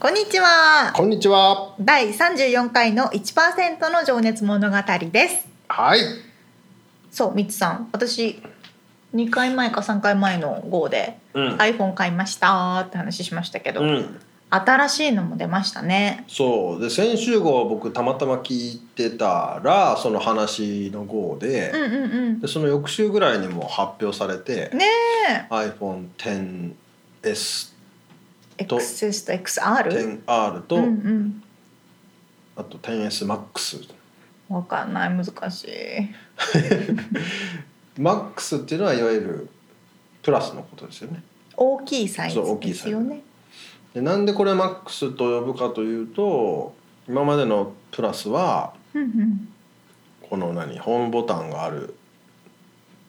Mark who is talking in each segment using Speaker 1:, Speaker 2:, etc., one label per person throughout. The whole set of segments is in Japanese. Speaker 1: こんにちは
Speaker 2: こんにちは。
Speaker 1: 第34回の1%の情熱物語です
Speaker 2: はい。
Speaker 1: そうみつさん私2回前か3回前の号で
Speaker 2: うん。
Speaker 1: iPhone 買いましたって話しましたけど、
Speaker 2: うん。
Speaker 1: 新しいのも出ましたね
Speaker 2: そうで先週号僕たまたま聞いてたらその話の号で,、
Speaker 1: うんうんうん
Speaker 2: でその翌週ぐらいにもう発表されて、
Speaker 1: ね
Speaker 2: iPhone10S
Speaker 1: え
Speaker 2: と
Speaker 1: XS と XR?
Speaker 2: XR と、
Speaker 1: うんうん
Speaker 2: あと 10SMAX
Speaker 1: わかんない難しい
Speaker 2: MAX っていうのはいわゆるプラスのことですよね
Speaker 1: 大きいサイズ
Speaker 2: そう大き
Speaker 1: で
Speaker 2: いサ
Speaker 1: す
Speaker 2: イズ
Speaker 1: よね
Speaker 2: でなんでこれ MAX と呼ぶかというと今までのプラスは
Speaker 1: うんうん
Speaker 2: この何ホームボタンがある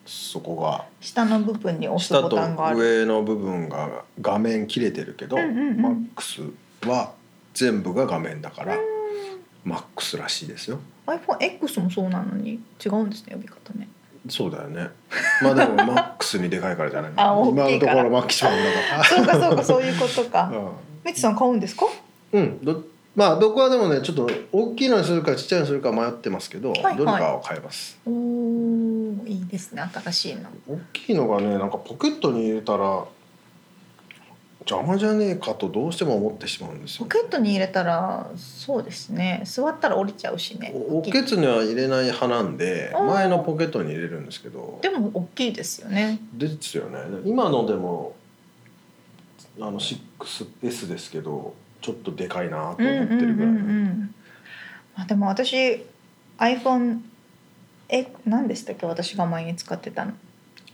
Speaker 2: そこが
Speaker 1: 下の部分に押す
Speaker 2: 下
Speaker 1: ボ
Speaker 2: と
Speaker 1: タンがある
Speaker 2: 上の部分が画面切れてるけど、
Speaker 1: うんうんうん
Speaker 2: MAX は全部が画面だから MAX らしいですよ
Speaker 1: iPhoneX もそうなのに違うんですね呼び方ね
Speaker 2: そうだよねまあでも MAX にでかいからじゃないの
Speaker 1: あ大
Speaker 2: 今
Speaker 1: きい
Speaker 2: のと
Speaker 1: から
Speaker 2: ころマキシマムだか
Speaker 1: そうか そうかそういうこと
Speaker 2: ら
Speaker 1: かみちさん買うんですか
Speaker 2: うん、うんどまあどこはでもねちょっと大きいのにするかちっちゃいのにするか迷ってますけど、
Speaker 1: はいはい
Speaker 2: どれかを変えます
Speaker 1: おーいいですね新しいの
Speaker 2: 大きいのがねなんかポケットに入れたら邪魔じゃねえかとどうしても思ってしまうんです
Speaker 1: ポ
Speaker 2: よ
Speaker 1: ケットに入れたらそうですね座ったら折れちゃうしね
Speaker 2: お
Speaker 1: 大
Speaker 2: お
Speaker 1: きい
Speaker 2: けつには入れない派なんで
Speaker 1: あー
Speaker 2: 前のポケットに入れるんですけど
Speaker 1: でも大きいですよね
Speaker 2: ですよね今のでもあの 6S ですけどちょっとでかいな
Speaker 1: う
Speaker 2: と
Speaker 1: ん
Speaker 2: 思
Speaker 1: う
Speaker 2: っ
Speaker 1: ん
Speaker 2: て
Speaker 1: う
Speaker 2: る
Speaker 1: ん
Speaker 2: ぐ
Speaker 1: う
Speaker 2: らい、
Speaker 1: んまあでも私 iPhone え何でしたっけ私が前に使ってたの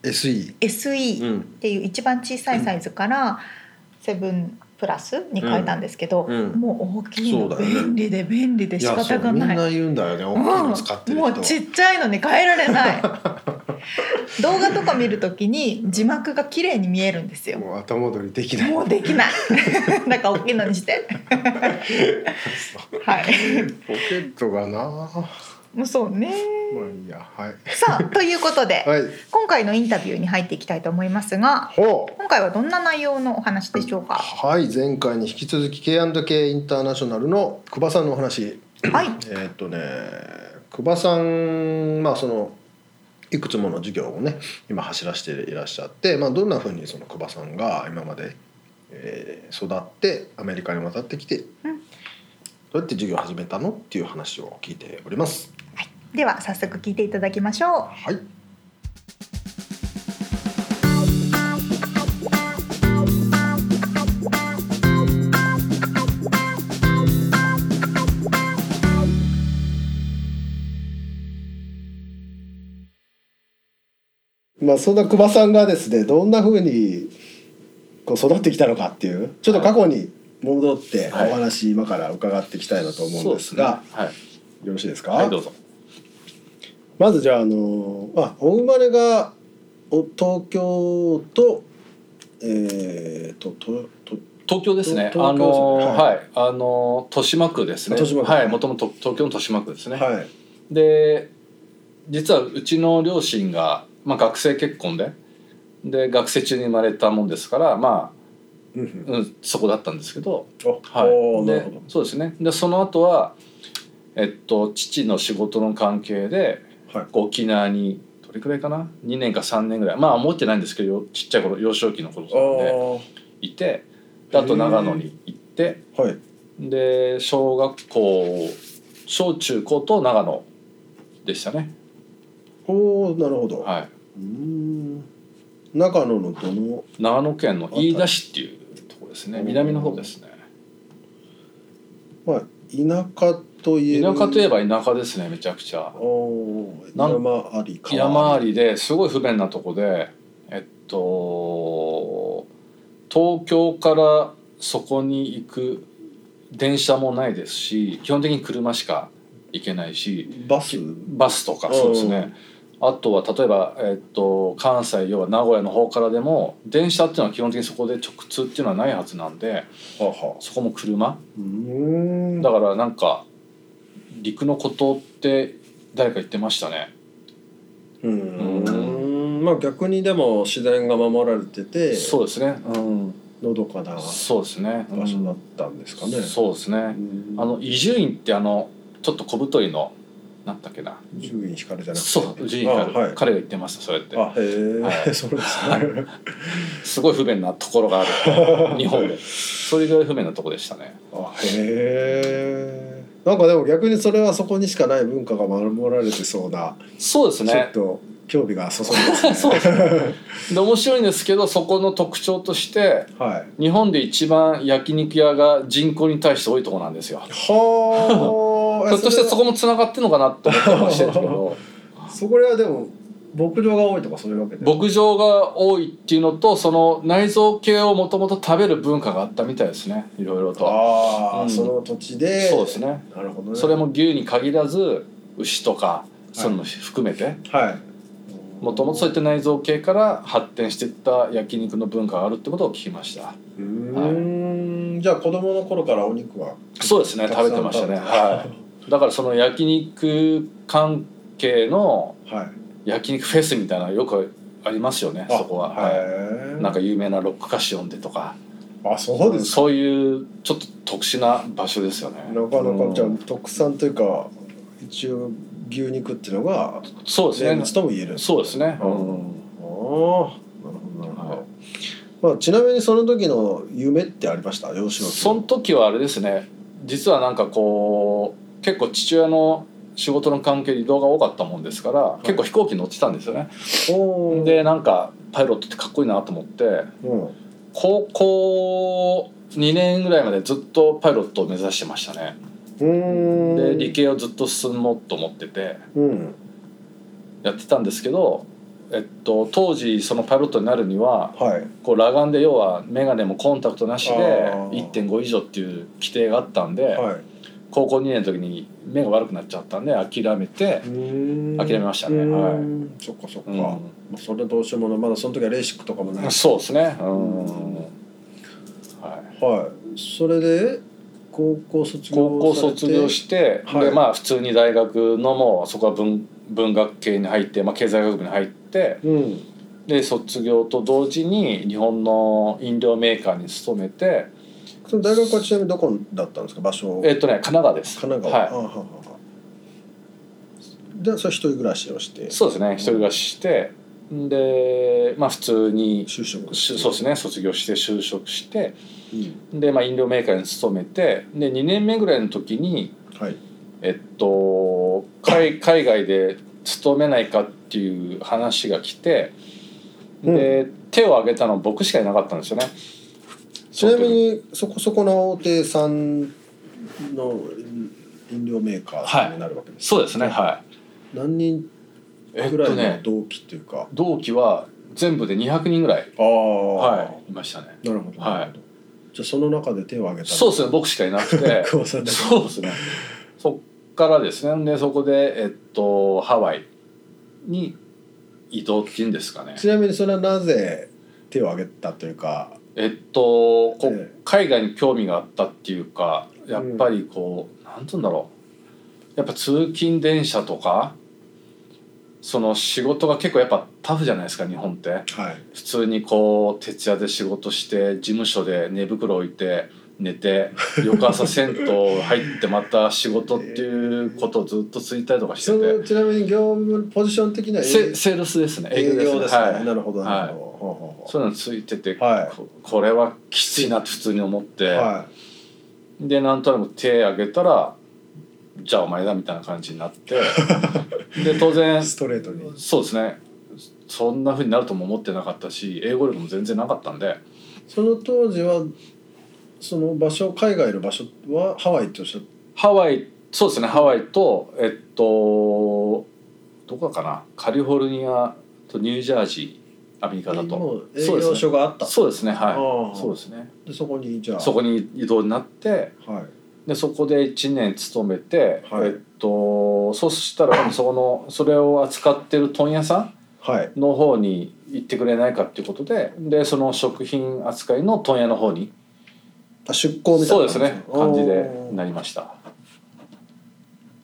Speaker 2: SE、う
Speaker 1: SE っ
Speaker 2: ん
Speaker 1: ていう一番小さいサイズから7プラスに変えたんですけど、
Speaker 2: うんうん
Speaker 1: もう大きいの、
Speaker 2: そうだよね
Speaker 1: 便利で便利で
Speaker 2: い
Speaker 1: 仕
Speaker 2: やそ
Speaker 1: 方
Speaker 2: う
Speaker 1: が
Speaker 2: みん
Speaker 1: ない
Speaker 2: な言うんだよね大きいの使ってる
Speaker 1: も
Speaker 2: 人、
Speaker 1: うちっちゃいのに変えられ ない動画とか見るときに字幕が綺麗に見えるんですよ
Speaker 2: もう後戻りできない
Speaker 1: もうでき ないだから大きいのにしてはい
Speaker 2: ポケットがなま
Speaker 1: もうそうね
Speaker 2: あいいやはい
Speaker 1: さあということで、
Speaker 2: はい
Speaker 1: 今回のインタビューに入っていきたいと思いますが
Speaker 2: ほう
Speaker 1: 今回はどんな内容のお話でしょう か
Speaker 2: はい前回に引き続き K&K インターナショナルの久場さんのお話
Speaker 1: はい
Speaker 2: えーっとね久場さんまあそのいくつもの事業をね今走らせていらっしゃって、まあ、どんなふうにその久場さんが今まで、えー育ってアメリカに渡ってきて、
Speaker 1: うん
Speaker 2: どうやって事業を始めたのっていう話を聞いております。
Speaker 1: では早速聞いていただきましょ
Speaker 2: はいまあ、そんな久保さんがですねどんなふうにこう育ってきたのかっていうちょっと過去に戻ってお
Speaker 3: はい
Speaker 2: 話今から伺っていきたいなと思うんですが、
Speaker 3: そうですね
Speaker 2: よろしいですか、
Speaker 3: はい、はい、どうぞ。
Speaker 2: まずじゃああのあお生まれがお東京とえー、ととと
Speaker 3: 東京ですね。あ
Speaker 2: 東東京です
Speaker 3: の
Speaker 2: ねは
Speaker 3: はい、あの豊島区ですね。
Speaker 2: 豊島区
Speaker 3: はい、もともと東京の豊島区ですね。
Speaker 2: はい
Speaker 3: で、実はうちの両親がまあ学生結婚で、で学生中に生まれたもんですから、ま
Speaker 2: うんう
Speaker 3: あ、うん、そこだったんですけど、
Speaker 2: んあ
Speaker 3: は
Speaker 2: おー
Speaker 3: い。
Speaker 2: なる
Speaker 3: で
Speaker 2: ほど、
Speaker 3: そうですね。でその後は、えっと父の仕事の関係で
Speaker 2: はい
Speaker 3: 沖縄にどれくらいかな、2年か3年ぐらい、まあ思ってないんですけど、よちっちゃい頃幼少期の頃なんで。いてであと長野に行って
Speaker 2: あーはい
Speaker 3: で小学校小中高と長野でしたね
Speaker 2: おーなるほど、
Speaker 3: はい
Speaker 2: うん長野のどの
Speaker 3: 長野県の飯田市っていうところですね
Speaker 2: うん
Speaker 3: 南の方ですね
Speaker 2: まあ田舎といえ
Speaker 3: 田
Speaker 2: る
Speaker 3: 舎といえば田舎ですねめちゃくちゃ
Speaker 2: おー
Speaker 3: なん
Speaker 2: 山あり川
Speaker 3: 山あ
Speaker 2: り
Speaker 3: りですごい不便なとこでえっと東京からそこに行く電車もないですし基本的に車しか行けないし
Speaker 2: バス
Speaker 3: バスとかそうですね、あとは例えば、えっと関西要は名古屋の方からでも電車っていうのは基本的にそこで直通っていうのはないはずなんで
Speaker 2: はは
Speaker 3: そこも車
Speaker 2: うん
Speaker 3: だからなんか陸のことって誰か言ってましたね
Speaker 2: うんまあ逆にでも自然が守られてて
Speaker 3: そうですねうん
Speaker 2: のどかな
Speaker 3: そうですね
Speaker 2: 場所だったんですかね、
Speaker 3: そうですね
Speaker 2: うん
Speaker 3: あの伊集院ってあのちょっと小太りのなんだっけな
Speaker 2: 伊集院光じゃなくて
Speaker 3: そう伊集院
Speaker 2: あ
Speaker 3: が
Speaker 2: はい
Speaker 3: 彼が言ってましたそれって
Speaker 2: あへえ、
Speaker 3: は い
Speaker 2: そうですね
Speaker 3: すごい不便なところがあ る日本でそれぐらい不便なとこでしたね
Speaker 2: あへえんかでも逆にそれはそこにしかない文化が守られてそうな、
Speaker 3: そうです
Speaker 2: ちょっ
Speaker 3: ね
Speaker 2: と興味がそそりますね
Speaker 3: そうですで面白いんですけどそこの特徴として
Speaker 2: はい
Speaker 3: 日本で一番焼肉屋が人口に対して多いところなんですよ
Speaker 2: はあ
Speaker 3: ひょっとしてそ
Speaker 2: こ
Speaker 3: こもつながってるのかなと思ったりもしてるんですけど
Speaker 2: そこらはでも牧場が多いとかそういうわけで
Speaker 3: 牧場が多いっていうのとその内臓系をもともと食べる文化があったみたいですねいろいろと
Speaker 2: ああ、
Speaker 3: うん
Speaker 2: その土地で
Speaker 3: そうですね
Speaker 2: なるほどね
Speaker 3: それも牛に限らず牛とか
Speaker 2: い
Speaker 3: そういうのも含めて
Speaker 2: はい
Speaker 3: もともとそういった内臓系から発展していった焼肉の文化があるってことを聞きました
Speaker 2: うーんじゃあ子供の頃からお肉は
Speaker 3: そうですね
Speaker 2: たくさん
Speaker 3: 食べてましたね
Speaker 2: 食べた
Speaker 3: はいだからその焼肉関係の
Speaker 2: はい
Speaker 3: 焼肉フェスみたいなのよくありますよね
Speaker 2: あ
Speaker 3: そこは、は
Speaker 2: へえ
Speaker 3: い、なんか有名なロック歌手呼んでとか
Speaker 2: あそうです
Speaker 3: そういうちょっと特殊な場所ですよね
Speaker 2: なかな
Speaker 3: う
Speaker 2: か
Speaker 3: ん
Speaker 2: じゃあ特産というか一応牛肉っていうのが
Speaker 3: そうです
Speaker 2: 名
Speaker 3: ね
Speaker 2: 物とも言えるんです
Speaker 3: そうですね、
Speaker 2: う
Speaker 3: うんん
Speaker 2: ああなるほどなるほど、
Speaker 3: はい
Speaker 2: まあ、ちなみにその時の夢ってありました幼少期
Speaker 3: その時はあれですね実はなんかこう結構父親の仕事の関係で移動が多かったもんですから、
Speaker 2: い
Speaker 3: 結構飛行機乗ってたんですよね、
Speaker 2: おー
Speaker 3: でなんかパイロットってかっこいいなと思って
Speaker 2: うん
Speaker 3: 高校2年ぐらいまでずっとパイロットを目指してましたね
Speaker 2: うー
Speaker 3: で
Speaker 2: ん
Speaker 3: 理系をずっと進もうと思ってて
Speaker 2: うん
Speaker 3: やってたんですけど、えっと、当時そのパイロットになるには
Speaker 2: はい
Speaker 3: こう裸眼で要は眼鏡もコンタクトなしで
Speaker 2: あー
Speaker 3: 1.5以上っていう規定があったんで、
Speaker 2: はい
Speaker 3: 高校2年の時に目が悪くなっちゃったんで諦めて、
Speaker 2: 諦
Speaker 3: 諦めましたね
Speaker 2: はいそっかそっか、
Speaker 3: うん
Speaker 2: まあそれどうしようもないまだその時はレーシックとかもないし
Speaker 3: そうですねう
Speaker 2: う
Speaker 3: ん、
Speaker 2: ん
Speaker 3: はい
Speaker 2: はいそれで高校卒業
Speaker 3: 高校卒業
Speaker 2: て
Speaker 3: して、
Speaker 2: はい
Speaker 3: でまあ普通に大学のもうそこは文文学系に入って、まあ、経済学部に入って
Speaker 2: うん
Speaker 3: で卒業と同時に日本の飲料メーカーに勤めて
Speaker 2: その大学はちなみにどこだったんですか場所
Speaker 3: えっとね神奈川です
Speaker 2: 神奈川、
Speaker 3: は
Speaker 2: あはははでそれ一人暮らしをして
Speaker 3: い、そうですね一人暮らししてでまあ普通に
Speaker 2: 就職
Speaker 3: しそうですね卒業して就職して
Speaker 2: うん
Speaker 3: で、まあ、飲料メーカーに勤めてで2年目ぐらいの時に
Speaker 2: はい
Speaker 3: えっと海海外で勤めないかっていう話が来てで、手を挙げたの僕しかいなかったんですよね。
Speaker 2: ちなみにそこそこの大手さんの飲料メーカーさんになるわけです、
Speaker 3: そうですねはい。
Speaker 2: 何人
Speaker 3: えっ
Speaker 2: ぐら
Speaker 3: と
Speaker 2: いの
Speaker 3: ね
Speaker 2: 同期っていうか、
Speaker 3: 同期は全部で200人ぐらい、
Speaker 2: ああ、
Speaker 3: はい、いましたね。
Speaker 2: なるほど、
Speaker 3: はい
Speaker 2: なるほどじゃあその中で手を挙げた
Speaker 3: そう
Speaker 2: う
Speaker 3: ですね僕しかいなくて
Speaker 2: 久保さんだけ
Speaker 3: そうですねそっからですねでそこで、えっと、ハワイに移動っていうんですかね
Speaker 2: ちなみにそれはなぜ手を挙げたというか
Speaker 3: えっとこ
Speaker 2: ええ
Speaker 3: 海外に興味があったっていうかやっぱりこう、なんつうんだろうやっぱ通勤電車とかその仕事が結構やっぱタフじゃないですか日本って
Speaker 2: はい
Speaker 3: 普通にこう徹夜で仕事して事務所で寝袋置いて寝て翌朝銭湯入ってまた仕事っていうことをずっと続いたりとかして
Speaker 2: そ
Speaker 3: て
Speaker 2: のちなみに業務ポジション的には
Speaker 3: セセールスですね
Speaker 2: 営
Speaker 3: 営
Speaker 2: 業
Speaker 3: 業
Speaker 2: で
Speaker 3: ですす
Speaker 2: ね、
Speaker 3: ねはい
Speaker 2: なるほどなるほど、
Speaker 3: そういうのついてて、
Speaker 2: はい
Speaker 3: ここれはきついなって普通に思って。
Speaker 2: はいはい
Speaker 3: でなんとなく手挙げたら 「じゃあお前だ」みたいな感じになってで当然
Speaker 2: ストレートに
Speaker 3: そうですねそんな風になるとも思ってなかったし英語力も全然なかったんで
Speaker 2: その当時はその場所海外の場所はハワイとおっしゃっ
Speaker 3: ハワイそうですねハワイとえっとどこかなカリフォルニアとニュージャージーアメリカだ
Speaker 2: も
Speaker 3: と
Speaker 2: う営業所があった
Speaker 3: そうですねは
Speaker 2: ああ
Speaker 3: いそうですね
Speaker 2: でそこにじゃあ
Speaker 3: そこに移動になって
Speaker 2: はい
Speaker 3: でそこで1年勤めて、
Speaker 2: はい
Speaker 3: えっとそしたらそのそれを扱ってる問屋さ
Speaker 2: はい
Speaker 3: んの方に行ってくれないかっていうことででその食品扱いの問屋の方に
Speaker 2: あ出向みたい
Speaker 3: そう
Speaker 2: な
Speaker 3: ですね感じで
Speaker 2: おー
Speaker 3: なりました、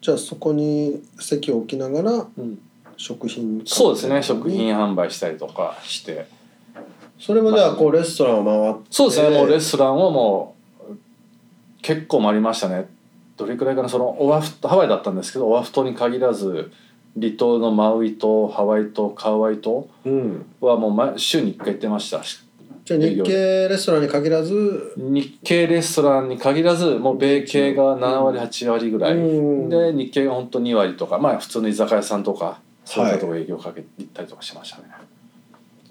Speaker 2: じゃあそこに席を置きながら
Speaker 3: うん、
Speaker 2: 食品
Speaker 3: そうですね食品販売したりとかして
Speaker 2: それもじゃあこうレストランを回って
Speaker 3: そうですね、
Speaker 2: えー
Speaker 3: もうレストランをもう結構回りましたねどれくらいかなそのオアフハワイだったんですけどオアフ島に限らず離島のマウイ島ハワイ島カワイ島
Speaker 2: うん
Speaker 3: はもう毎週に1回行ってましたし
Speaker 2: じゃあ日系レストランに限らず
Speaker 3: 日系レストランに限らずもう米系が7割
Speaker 2: うん
Speaker 3: 8割ぐらい、
Speaker 2: うん
Speaker 3: で日系が本当2割とかまあ普通の居酒屋さんとかそういったとこ営業かけて行ったりとかしましたね、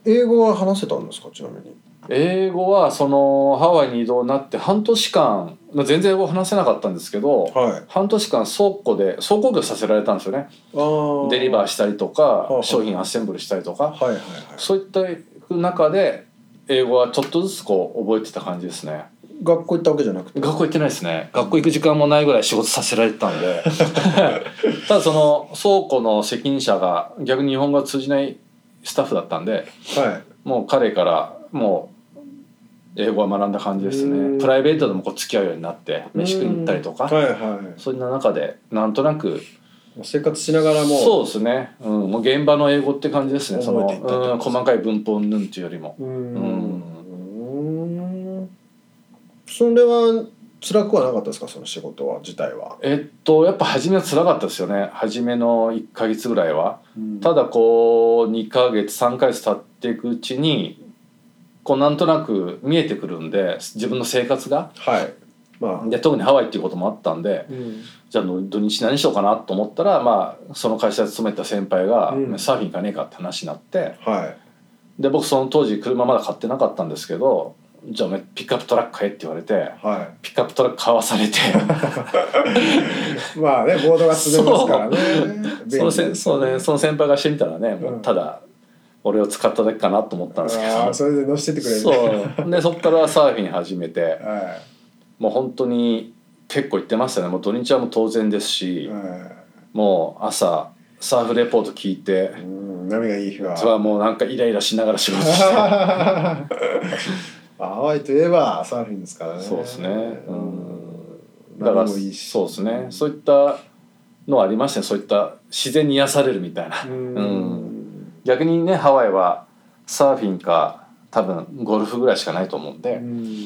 Speaker 2: 英語は話せたんですかちなみに
Speaker 3: 英語はそのハワイに移動になって半年間まあ全然英語話せなかったんですけど、
Speaker 2: はい
Speaker 3: 半年間倉庫で倉庫業させられたんですよね
Speaker 2: あ
Speaker 3: デリバーしたりとか
Speaker 2: あ
Speaker 3: 商品アッセンブルしたりと
Speaker 2: ー
Speaker 3: か
Speaker 2: はいはいはい
Speaker 3: そういった中で英語はちょっとずつこう覚えてた感じですね
Speaker 2: 学校行ったわけじゃなくて
Speaker 3: 学校行ってないですね学校行く時間もないぐらい仕事させられてたん でただその倉庫の責任者が逆に日本語が通じないスタッフだったんで
Speaker 2: はい
Speaker 3: もう彼からもう英語は学んだ感じです
Speaker 2: うん
Speaker 3: ねプライベートでもこう付き合うようになって飯食いに行ったりとか、
Speaker 2: はいは
Speaker 3: そんな中でなんとなく
Speaker 2: い生活しながらも
Speaker 3: そうですね、うん、もう現場の英語って感じですねその
Speaker 2: 覚えていったってこと
Speaker 3: うん細かい文法うんぬんっていうよりも
Speaker 2: うーんそれは辛くはなかったですかその仕事は自体は、
Speaker 3: えっとやっぱ初めは辛かったですよね初めの1ヶ月ぐらいはただこう2ヶ月3ヶ月経っていくうちにこうなんとなく見えてくるんで自分の生活が
Speaker 2: はいまあ
Speaker 3: で特にハワイっていうこともあったんで
Speaker 2: うん
Speaker 3: じゃあ土日何しようかなと思ったら、まあ、その会社で勤めてた先輩が、
Speaker 2: うん
Speaker 3: サーフィン行かねえかって話になって
Speaker 2: はい
Speaker 3: で僕その当時車まだ買ってなかったんですけどじゃあお前ピックアップトラック買えって言われて
Speaker 2: は
Speaker 3: ピックアップトラック買わさ れて
Speaker 2: いまあねボードが進めますからね便利です
Speaker 3: そのせそう、ね、その先輩がしてみたらねもうただ俺を使っただけかなと思ったんですけ
Speaker 2: あ
Speaker 3: ど
Speaker 2: ーそれで乗せてってくれる
Speaker 3: そうでそっからサーフィン始めて
Speaker 2: は
Speaker 3: もう本当に結構行ってましたねもう土日はもう当然です
Speaker 2: い、
Speaker 3: し、
Speaker 2: は
Speaker 3: もう朝サーフレポート聞いて
Speaker 2: い、うん波がいい日は
Speaker 3: それはもうなんかイライラしながら仕事して
Speaker 2: ハ ワイといえばサーフィンですからね
Speaker 3: そうですねうんだから
Speaker 2: 波もいいし
Speaker 3: そうですねそういったのありましたねそういった自然に癒されるみたいな、
Speaker 2: うん
Speaker 3: 逆にねハワイはサーフィンか多分ゴルフぐらいしかないと思うんで、
Speaker 2: うん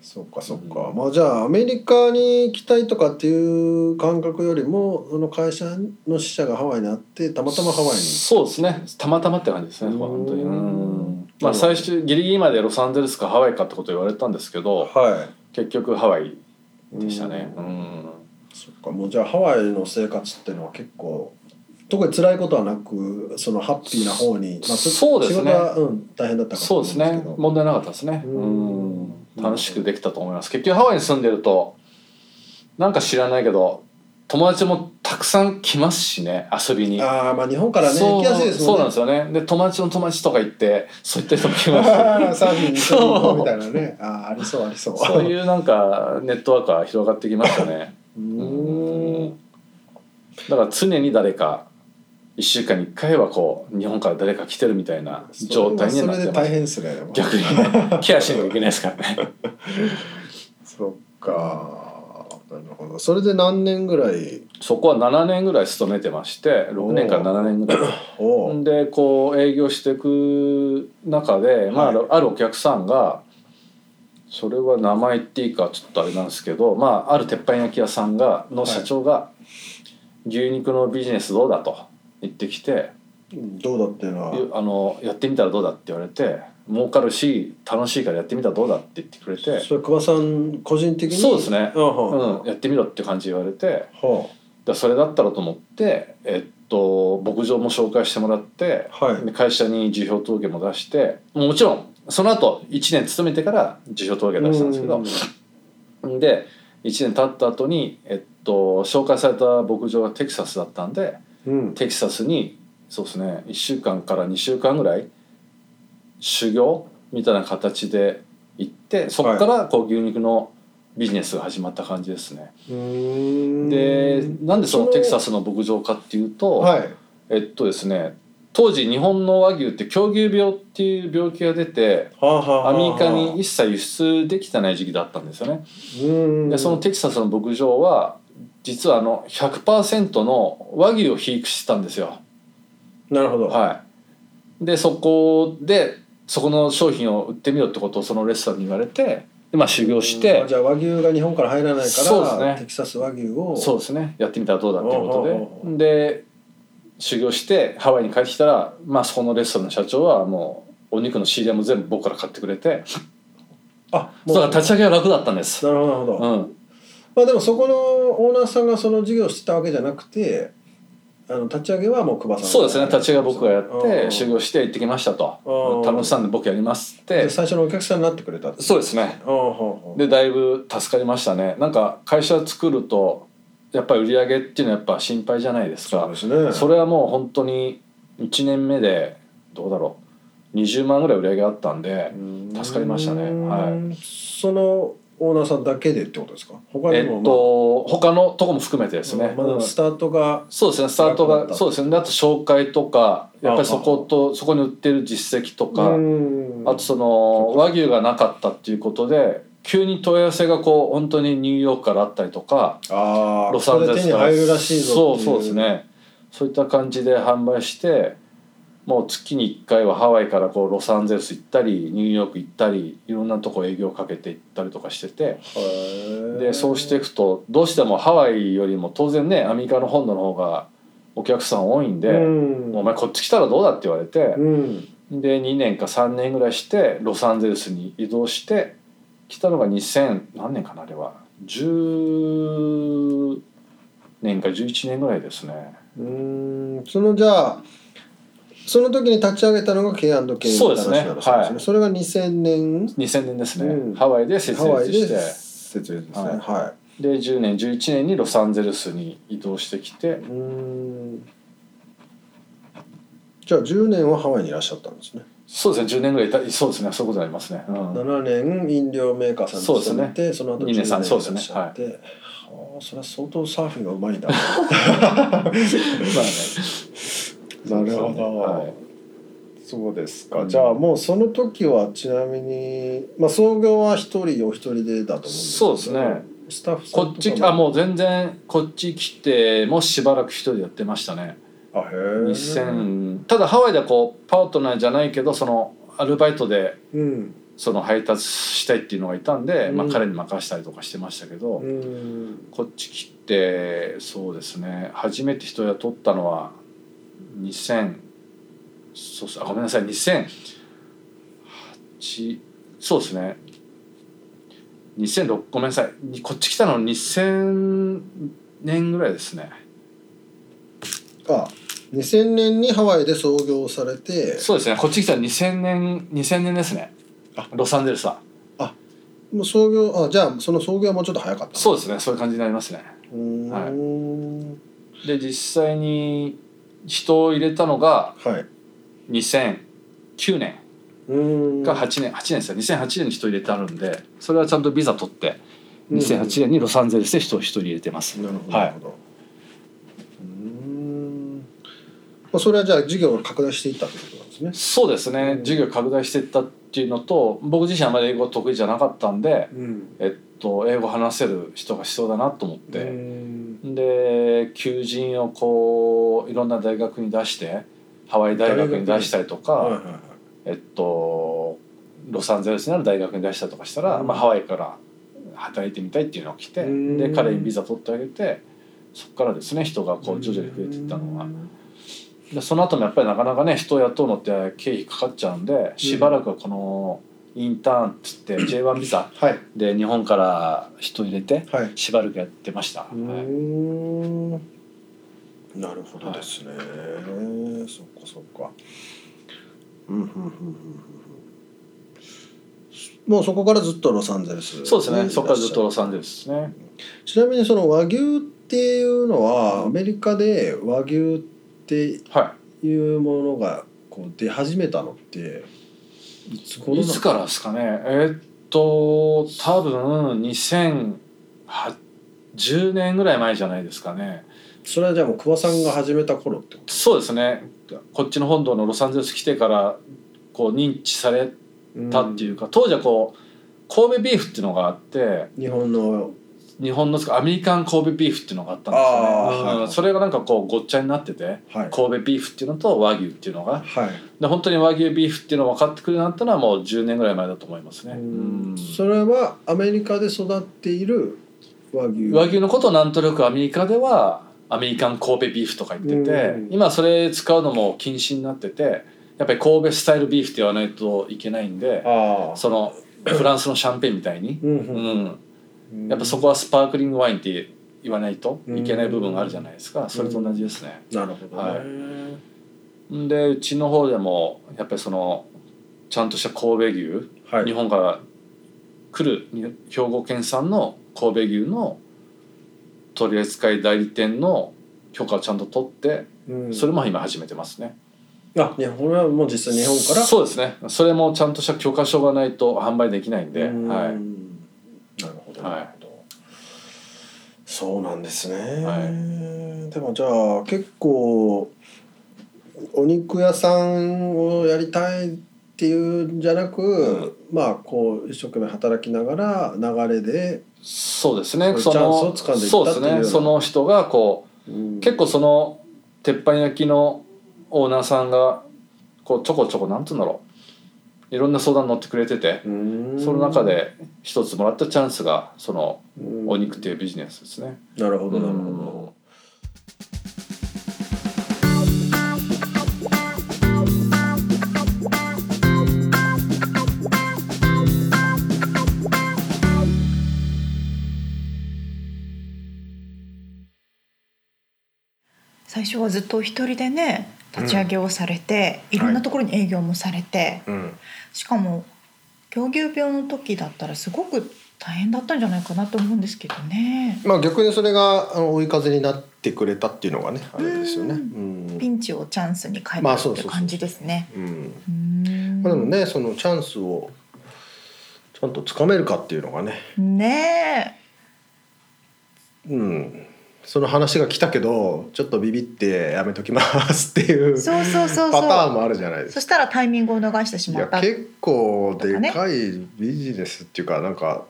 Speaker 2: そっかそっか、まあじゃあアメリカに行きたいとかっていう感覚よりもその会社の支社がハワイにあってたまたまハワイに
Speaker 3: そうですねたまたまって感じですね
Speaker 2: うん
Speaker 3: 本当にうん
Speaker 2: な
Speaker 3: まあ
Speaker 2: るほど
Speaker 3: 最終ギリギリまでロサンゼルスかハワイかってこと言われたんですけど
Speaker 2: は
Speaker 3: 結局ハワイ
Speaker 2: い
Speaker 3: でしたね
Speaker 2: う
Speaker 3: うんん
Speaker 2: そっかもうじゃあハワイの生活っていうのは結構特に辛いことはなくそのハッピーな方に、まあ、ちょ
Speaker 3: そうです
Speaker 2: 仕
Speaker 3: ね
Speaker 2: 事は、うん、大変だったか
Speaker 3: そうですね問題なかったですね
Speaker 2: うん
Speaker 3: うん楽しくできたと思います結局ハワイに住んでるとなんか知らないけど友達もたくさん来ますしね遊びに
Speaker 2: ああまあ日本からね
Speaker 3: そ
Speaker 2: 行
Speaker 3: う
Speaker 2: きやすいです
Speaker 3: そ
Speaker 2: も
Speaker 3: うん
Speaker 2: ね
Speaker 3: なんですよねで友達の友達とか行ってそういった人も 来ます
Speaker 2: サーフィンに行こうみたいなねああありそうありそう
Speaker 3: そういううなんかネットワークが広がってきましたね
Speaker 2: うん
Speaker 3: だから常に誰か1週間に1回はこう日本から誰か来てるみたいな状態にはなっ
Speaker 2: それで
Speaker 3: てま
Speaker 2: 大
Speaker 3: す
Speaker 2: 変ですねでも
Speaker 3: 逆にねケアしなきゃいけないですからね
Speaker 2: そっかなるほどそれで何年ぐらい
Speaker 3: そこは7年ぐらい勤めてまして6年から7年ぐらい
Speaker 2: を、
Speaker 3: でこう営業していく中で、まあ、あるあるお客さんがそれは名前言っていいかちょっとあれなんですけど、まあ、ある鉄板焼き屋さんがの社長が「牛肉のビジネスどうだ?」と言ってきて。
Speaker 2: どうだっていうのは
Speaker 3: ゆあのやってみたらどうだって言われて儲かるし楽しいからやってみたらどうだって言ってくれて、
Speaker 2: それ久保さん個人的に
Speaker 3: そうですね
Speaker 2: うんうん
Speaker 3: うん、やってみろって感じで言われてだか
Speaker 2: ほ
Speaker 3: らそれだったらと思ってえっと牧場も紹介してもらって、
Speaker 2: はい
Speaker 3: で会社に辞表届も出してもちろんその後1年勤めてから辞表届出したんですけど、で1年経った後にえっと紹介された牧場がテキサスだったんで
Speaker 2: うん
Speaker 3: テキサスにそうですね1週間から2週間ぐらい修行みたいな形で行ってそこからこう牛肉のビジネスが始まった感じですね。
Speaker 2: うん
Speaker 3: でなんでそのテキサ
Speaker 2: ス
Speaker 3: スの牧場かっていうと、
Speaker 2: はい
Speaker 3: えっとですね当時日本の和牛って狂牛病っていう病気が出て
Speaker 2: はあはあはあ
Speaker 3: アメリカに一切輸出できてない時期だったんですよね。
Speaker 2: うん
Speaker 3: でそのテキサスの牧場は実はあの100%の和牛を飼育してたんですよ。
Speaker 2: なるほど
Speaker 3: はい、でそこでそこの商品を売ってみろってことをそのレストランに言われてで、まあ、修行し
Speaker 2: う
Speaker 3: て
Speaker 2: んじゃあ和牛が日本から入らないから
Speaker 3: そうですね
Speaker 2: テキサス和牛を
Speaker 3: そうですねやってみたらどうだっていう
Speaker 2: おうおう
Speaker 3: こ
Speaker 2: お
Speaker 3: とでで修行してハワイに帰ってきたら、まあ、そこのレストランの社長はもうお肉の仕入れも全部僕から買ってくれて
Speaker 2: あ
Speaker 3: だ
Speaker 2: も
Speaker 3: か
Speaker 2: う
Speaker 3: ら立ち上げは楽だったんです。
Speaker 2: なるほどなるほど、
Speaker 3: うん、
Speaker 2: まあでもそこのオーナーさんがその事業をしてたわけじゃなくてあの立ち上げはもう久保さん
Speaker 3: そうですね立ち上げは僕がやって修
Speaker 2: 業
Speaker 3: 行して行ってきました
Speaker 2: う
Speaker 3: と
Speaker 2: ん
Speaker 3: 楽しさんで僕やりますって
Speaker 2: 最初のお客さんになってくれたって
Speaker 3: そうですね
Speaker 2: ああほうほう
Speaker 3: でだいぶ助かりましたねなんか会社作るとやっぱり売り上げっていうのはやっぱ心配じゃないです
Speaker 2: そう
Speaker 3: か
Speaker 2: ですね
Speaker 3: それはもう本当に1年目でどうだろう20万ぐらい売り上げあったんで助かりましたねはい
Speaker 2: いそのオーナーさんだけでってことですか他
Speaker 3: え
Speaker 2: に
Speaker 3: っ
Speaker 2: も、
Speaker 3: と他のとこも含めてですね、
Speaker 2: まあ、まだスタートが
Speaker 3: そうですねスタート
Speaker 2: なくなった
Speaker 3: がそうですねであと紹介とかやっぱりそことそこに売ってる実績とかあとその和牛がなかったっていうことで急に問い合わせがこう本当にニューヨークからあったりとか
Speaker 2: ああ
Speaker 3: ロサンゼル
Speaker 2: これ
Speaker 3: ス
Speaker 2: 手に
Speaker 3: から
Speaker 2: 入るらしいぞ
Speaker 3: そ
Speaker 2: っ
Speaker 3: う
Speaker 2: てい
Speaker 3: そうですねそういった感じで販売してもう月に1回はハワイからこうロサンゼルス行ったりニューヨーク行ったりいろんなとこ営業かけて行ったりとかしてて
Speaker 2: へえ
Speaker 3: でそうしていくとどうしてもハワイよりも当然ねアメリカの本土の方がお客さん多いんで
Speaker 2: う
Speaker 3: 「
Speaker 2: ん
Speaker 3: お前こっち来たらどうだ?」って言われて、
Speaker 2: うん
Speaker 3: で2年か3年ぐらいしてロサンゼルスに移動して来たのが2000何年かなあれは10年か11年ぐらいですね
Speaker 2: うーんそのじゃあその時に立ち上げたのが K&K インタ
Speaker 3: そ
Speaker 2: ー
Speaker 3: うで
Speaker 2: ナシ
Speaker 3: す
Speaker 2: ョ
Speaker 3: ね
Speaker 2: ナルなんですね
Speaker 3: はい
Speaker 2: それが2000年
Speaker 3: 2000年ですね、
Speaker 2: うん
Speaker 3: ハワイで設
Speaker 2: ハワ
Speaker 3: 立
Speaker 2: イで
Speaker 3: し
Speaker 2: 設立ですね
Speaker 3: はい
Speaker 2: は
Speaker 3: てで10年11年にロサンゼルスに移動してきて
Speaker 2: い、うーんじゃあ10年はハワイにいらっしゃったんですね
Speaker 3: そうですね10年ぐらいいたそうですねそういうことになりますね、うん、
Speaker 2: 7年飲料メーカーさんに勤めてそ,、の後
Speaker 3: 二年さん
Speaker 2: 10年いらっしゃって、はあそれは相当サーフィンがうまいんだ なるほど
Speaker 3: はい
Speaker 2: そうです
Speaker 3: うん
Speaker 2: もうその時はちなみに、まあ、創業は一人お一人でだと思うんですけ
Speaker 3: そう
Speaker 2: ど
Speaker 3: ですね
Speaker 2: スタッフさん
Speaker 3: こっちあ
Speaker 2: も
Speaker 3: もう全然こっち来てもしばらく一人でやってましたね
Speaker 2: あへえ
Speaker 3: 2000ただハワイではこうパートナーじゃないけどそのアルバイトで
Speaker 2: うん
Speaker 3: その配達したいっていうのがいたんで、まあ、
Speaker 2: うん
Speaker 3: 彼に任したりとかしてましたけど、
Speaker 2: うん
Speaker 3: こっち来てそうですね初めて人雇ったのは2000そうっすあごめんなさい2008そうですね2006ごめんなさいにこっち来たの2000年ぐらいですね
Speaker 2: あ2000年にハワイで創業されて
Speaker 3: そうですねこっち来たの2000年2000年ですね
Speaker 2: あ
Speaker 3: ロサンゼルスは
Speaker 2: もう創業あじゃあその創業はもうちょっと早かった
Speaker 3: そうですねそういう感じになりますね
Speaker 2: うーん
Speaker 3: で実際に人を入れたのが
Speaker 2: はい
Speaker 3: 2009年
Speaker 2: うん
Speaker 3: が8年8年ですよ2008年に人入れてあるんでそれはちゃんとビザ取って
Speaker 2: うん
Speaker 3: 2008年にロサンゼルスで人を1人入れてます、
Speaker 2: なるほど、
Speaker 3: はい
Speaker 2: なるほどうーんまあそれはじゃあ事業を拡大していったってことなんですね
Speaker 3: そうですね授業拡大していったっていうのと僕自身あまり英語得意じゃなかったんで、
Speaker 2: うん
Speaker 3: えっと、英語話せる人が必要だなと思って、
Speaker 2: うん
Speaker 3: で求人をこういろんな大学に出してハワイ大学に出したりとか、
Speaker 2: はいはいはい
Speaker 3: えっと、ロサンゼルスにある大学に出したりとかしたら、
Speaker 2: うん
Speaker 3: まあ、ハワイから働いてみたいっていうのが来て
Speaker 2: うん
Speaker 3: で彼にビザ取ってあげてそこからですね人がこう徐々に増えていったのはでその後もやっぱりなかなかね人を雇うのって経費かかっちゃうんでしばらくはこのインターンっつって J1 ビザ
Speaker 2: はい
Speaker 3: で日本から人入れて
Speaker 2: はい
Speaker 3: しばらくやってました。
Speaker 2: う
Speaker 3: はい
Speaker 2: ーんなるほどですね、そっかそっかうんうんうんうんうんうんもうそこからずっとロサンゼルス
Speaker 3: そうですね
Speaker 2: に
Speaker 3: そこからずっと
Speaker 2: いら
Speaker 3: ロ
Speaker 2: っしゃ
Speaker 3: サンゼルスですね
Speaker 2: ちなみにその和牛っていうのはアメリカで和牛って
Speaker 3: は
Speaker 2: いうものがこう出始めたのっていつ頃
Speaker 3: い
Speaker 2: ないの
Speaker 3: つからですかねえーっと多分2010年ぐらい前じゃないですかね
Speaker 2: それはじゃあもう久保さんが始めた頃ってこ
Speaker 3: そうですねこっちの本土のロサンゼルス来てからこう認知され
Speaker 2: と
Speaker 3: たっていうか、当時はこう神戸ビーフっていうのがあって
Speaker 2: 日本の
Speaker 3: 日本のアメリカン神戸ビーフっていうのがあったんです
Speaker 2: あ
Speaker 3: よね
Speaker 2: ー、
Speaker 3: うん
Speaker 2: はい
Speaker 3: それがなんかこうごっちゃになってて
Speaker 2: はい
Speaker 3: 神戸ビーフっていうのと和牛っていうの
Speaker 2: は
Speaker 3: が
Speaker 2: い
Speaker 3: で本当に和牛ビーフっていうのが分かってくるようになったのはもう10年ぐらい前だと思いますね、うん
Speaker 2: それはアメリカで育っている和牛
Speaker 3: 和牛のことをなんとなくアメリカではアメリカン神戸ビーフとか言ってて、
Speaker 2: うん
Speaker 3: 今それ使うのも禁止になっててやっぱり神戸スタイルビーフって言わないといけないんで
Speaker 2: ああ
Speaker 3: そのフランスのシャンペーンみたいに、
Speaker 2: うん
Speaker 3: う
Speaker 2: うん
Speaker 3: ん、
Speaker 2: うん
Speaker 3: やっぱそこはスパークリングワインって言わないといけない部分があるじゃないですか、それと同じですね。
Speaker 2: なるほどね、
Speaker 3: はいでうちの方でもやっぱりそのちゃんとした神戸牛
Speaker 2: はい
Speaker 3: 日本から来るに兵庫県産の神戸牛の取扱い代理店の許可をちゃんと取って
Speaker 2: うん
Speaker 3: それも今始めてますね、
Speaker 2: あねこれはもう実際日本から
Speaker 3: そうですねそれもちゃんとした許可証がないと販売できないんで、
Speaker 2: うん
Speaker 3: はい
Speaker 2: なるほど、
Speaker 3: はい
Speaker 2: なるほどそうなんですね、
Speaker 3: は
Speaker 2: でもじゃあ結構お肉屋さんをやりたいっていうんじゃなく、まあこう一生懸命働きながら流れで、
Speaker 3: そうですね
Speaker 2: そ
Speaker 3: そう
Speaker 2: いう
Speaker 3: の
Speaker 2: チャンス
Speaker 3: そ
Speaker 2: を
Speaker 3: う
Speaker 2: 掴
Speaker 3: で
Speaker 2: んでいったって
Speaker 3: す
Speaker 2: いうような
Speaker 3: ねその人がこう結構その鉄板焼きのオーナーさんがこうちょこちょこなんつうんだろういろんな相談に乗ってくれてて、
Speaker 2: うん
Speaker 3: その中で一つもらったチャンスがその
Speaker 2: うん
Speaker 3: お肉っていうビジネスですね。
Speaker 2: なるほどなるほど。
Speaker 1: 最初はずっとお一人でね立ち上げをされて、いろんなところに営業もされて、
Speaker 2: うん
Speaker 1: しかも狂牛病の時だったらすごく大変だったんじゃないかなと思うんですけどね
Speaker 2: まあ逆にそれがあの追い風になってくれたっていうのがねあれですよね。
Speaker 1: う
Speaker 2: うん
Speaker 1: ピンチをチャンスに変え
Speaker 2: ま
Speaker 1: た
Speaker 2: あそ
Speaker 1: っ
Speaker 2: うそ
Speaker 1: て
Speaker 2: うそう
Speaker 1: 感じですね。
Speaker 2: うん
Speaker 1: うーん
Speaker 2: まあ、でもねそのチャンスをちゃんとつかめるかっていうのがね、
Speaker 1: ね
Speaker 2: うん、その話が来たけどちょっとビビってやめときますって
Speaker 1: え
Speaker 2: いう
Speaker 1: そうそうそう
Speaker 2: パ
Speaker 1: そ
Speaker 2: タ
Speaker 1: う
Speaker 2: ーンもあるじゃないです
Speaker 1: そ
Speaker 2: か。
Speaker 1: したらタイミングを逃してし
Speaker 2: い
Speaker 1: ま
Speaker 2: や
Speaker 1: った
Speaker 2: 結構で
Speaker 1: と
Speaker 2: かいビジネスっていうかなんか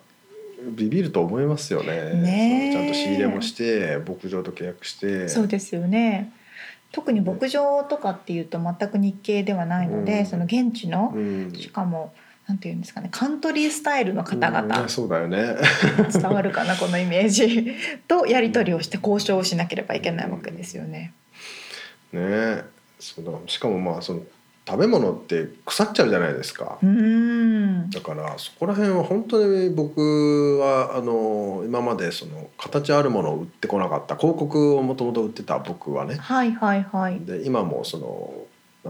Speaker 2: ビビると思いますよね
Speaker 1: ねえ
Speaker 2: そのちゃんと仕入れもして牧場と契約して
Speaker 1: そうですよね特に牧場とかっていうと全く日系ではないので、
Speaker 2: うん
Speaker 1: その現地の、
Speaker 2: うん
Speaker 1: しかもなんていうんですかねカントリースタイルの方々、
Speaker 2: うんそうだよね。
Speaker 1: 伝わるかなこのイメージとやり取りをして交渉をしなければいけないわけですよね。
Speaker 2: ねえそうだしかもまあその食べ物って腐っちゃうじゃないですか、
Speaker 1: うーん
Speaker 2: だからそこら辺は本当に僕はあの今までその形あるものを売ってこなかった広告をもともと売ってた僕はね
Speaker 1: はいはいはい。
Speaker 2: で今もその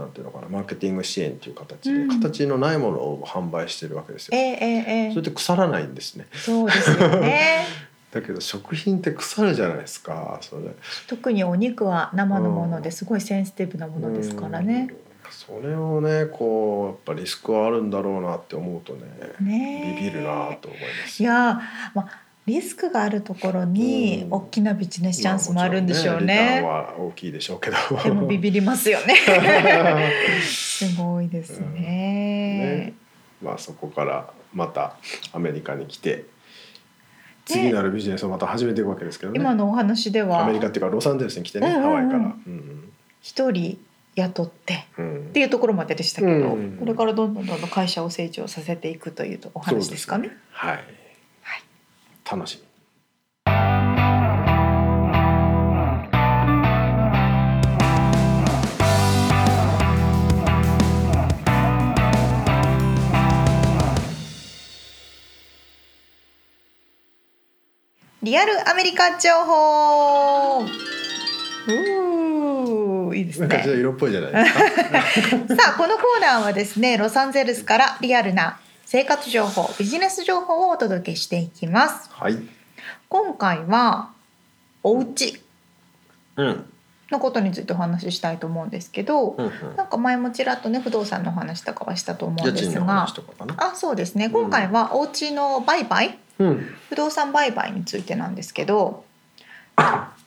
Speaker 2: なんていうのかなマーケティング支援っていう形
Speaker 1: う
Speaker 2: で
Speaker 1: ん
Speaker 2: 形のないものを販売してるわけです
Speaker 1: え
Speaker 2: よ。
Speaker 1: ええええ
Speaker 2: それって腐らないんですね
Speaker 1: えそうですよね。
Speaker 2: だけど食品って腐るじゃないですかそれ
Speaker 1: 特にお肉は生のものですごいセンシティブなものですからね。
Speaker 2: うん。それをね、こうやっぱリスクはあるんだろうなって思うとね、
Speaker 1: ねえ
Speaker 2: ビビるなと思います。
Speaker 1: いやーまあリスクがあるところに
Speaker 2: うん
Speaker 1: 大きなビジネスチャンスも
Speaker 2: ま
Speaker 1: あるんでしょう
Speaker 2: リターン
Speaker 1: ね。
Speaker 2: は大きいでしょうけど。
Speaker 1: でもビビりますよ ね。すごいです
Speaker 2: うん
Speaker 1: ね
Speaker 2: ね。 まあそこからまたアメリカに来て、次なるビジネスをまた始めていくわけですけどね。
Speaker 1: 今のお話では
Speaker 2: アメリカっていうかロサンゼルスに来てね、
Speaker 1: うんうんうん
Speaker 2: ハワイから。うん
Speaker 1: 一人雇って
Speaker 2: うん
Speaker 1: っていうところまででしたけど、
Speaker 2: うん
Speaker 1: これからどんどんどんどん会社を成長させていくというお話ですかね。
Speaker 2: そうですはい。
Speaker 1: はい
Speaker 2: 楽しみ。
Speaker 1: リアルアメリカ情報うーいいです
Speaker 2: なんか
Speaker 1: ね
Speaker 2: ちょっと色っぽいじゃないですか。
Speaker 1: さあこのコーナーはですねロサンゼルスからリアルな生活情報ビジネス情報をお届けしていきます
Speaker 2: はい。
Speaker 1: 今回はお家
Speaker 2: うん。うん
Speaker 1: のことについてお話ししたいと思うんですけど
Speaker 2: うん。
Speaker 1: なんか前もちらっとね不動産のお話とかはしたと思う
Speaker 2: 家
Speaker 1: んで
Speaker 2: 賃
Speaker 1: す
Speaker 2: の
Speaker 1: が
Speaker 2: 話とかかな。
Speaker 1: あそうですね今回はお家の売買
Speaker 2: うん。
Speaker 1: 不動産売買についてなんですけど